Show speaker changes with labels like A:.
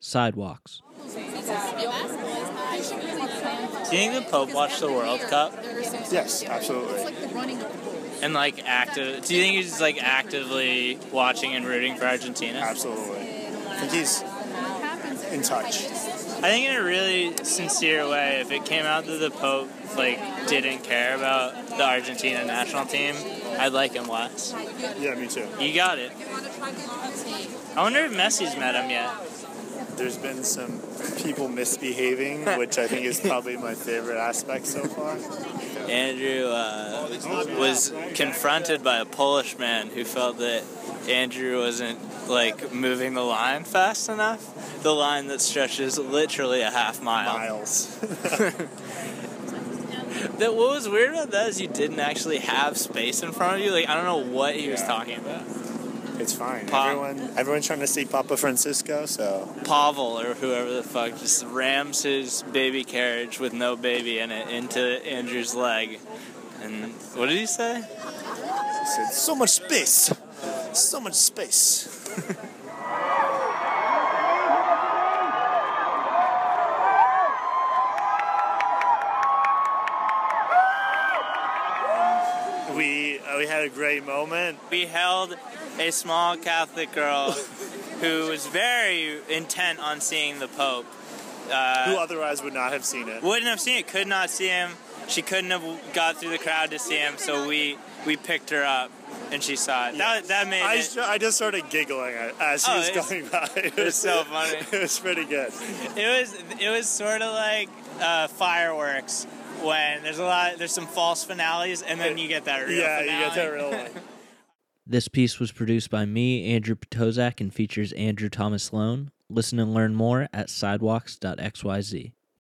A: sidewalks.
B: Do you think the Pope watched the World Cup
C: Yes, absolutely.
B: and like active? Do you think he's like actively watching and rooting for Argentina?
C: Absolutely. I think he's in touch.
B: I think in a really sincere way, if it came out that the Pope like didn't care about the Argentina national team, I'd like him less.
C: Yeah, me too.
B: You got it. I wonder if Messi's met him yet.
C: There's been some people misbehaving, which I think is probably my favorite aspect so far.
B: Andrew uh, was confronted by a Polish man who felt that Andrew wasn't like moving the line fast enough. The line that stretches literally a half mile.
C: Miles.
B: That what was weird about that is you didn't actually have space in front of you. Like I don't know what he was
C: Yeah.
B: talking about.
C: It's fine.
B: Pa-
C: Everyone, everyone's trying to see Papa Francisco, so
B: Pavel or whoever the fuck just rams his baby carriage with no baby in it into Andrew's leg. And what did he say?
C: I said, so much space, so much space. we uh, we had a great moment.
B: we held a small Catholic girl who was very intent on seeing the Pope. Uh,
C: Who otherwise would not have seen it?
B: Wouldn't have seen it, could not see him. She couldn't have got through the crowd to see him, so we we picked her up and she saw it. That, that made
C: I,
B: it.
C: ju- I just started giggling at- as she
B: Oh,
C: was
B: it's-
C: going by. It
B: it's so funny.
C: It was pretty good.
B: It was it was sort of like uh, fireworks when there's a lot there's some false finales and then you get that real
C: yeah, you get that
B: finale.
C: real one.
A: This piece was produced by me, Andrew Potozak, and features Andrew Thomas Sloan. Listen and learn more at sidewalks.xyz.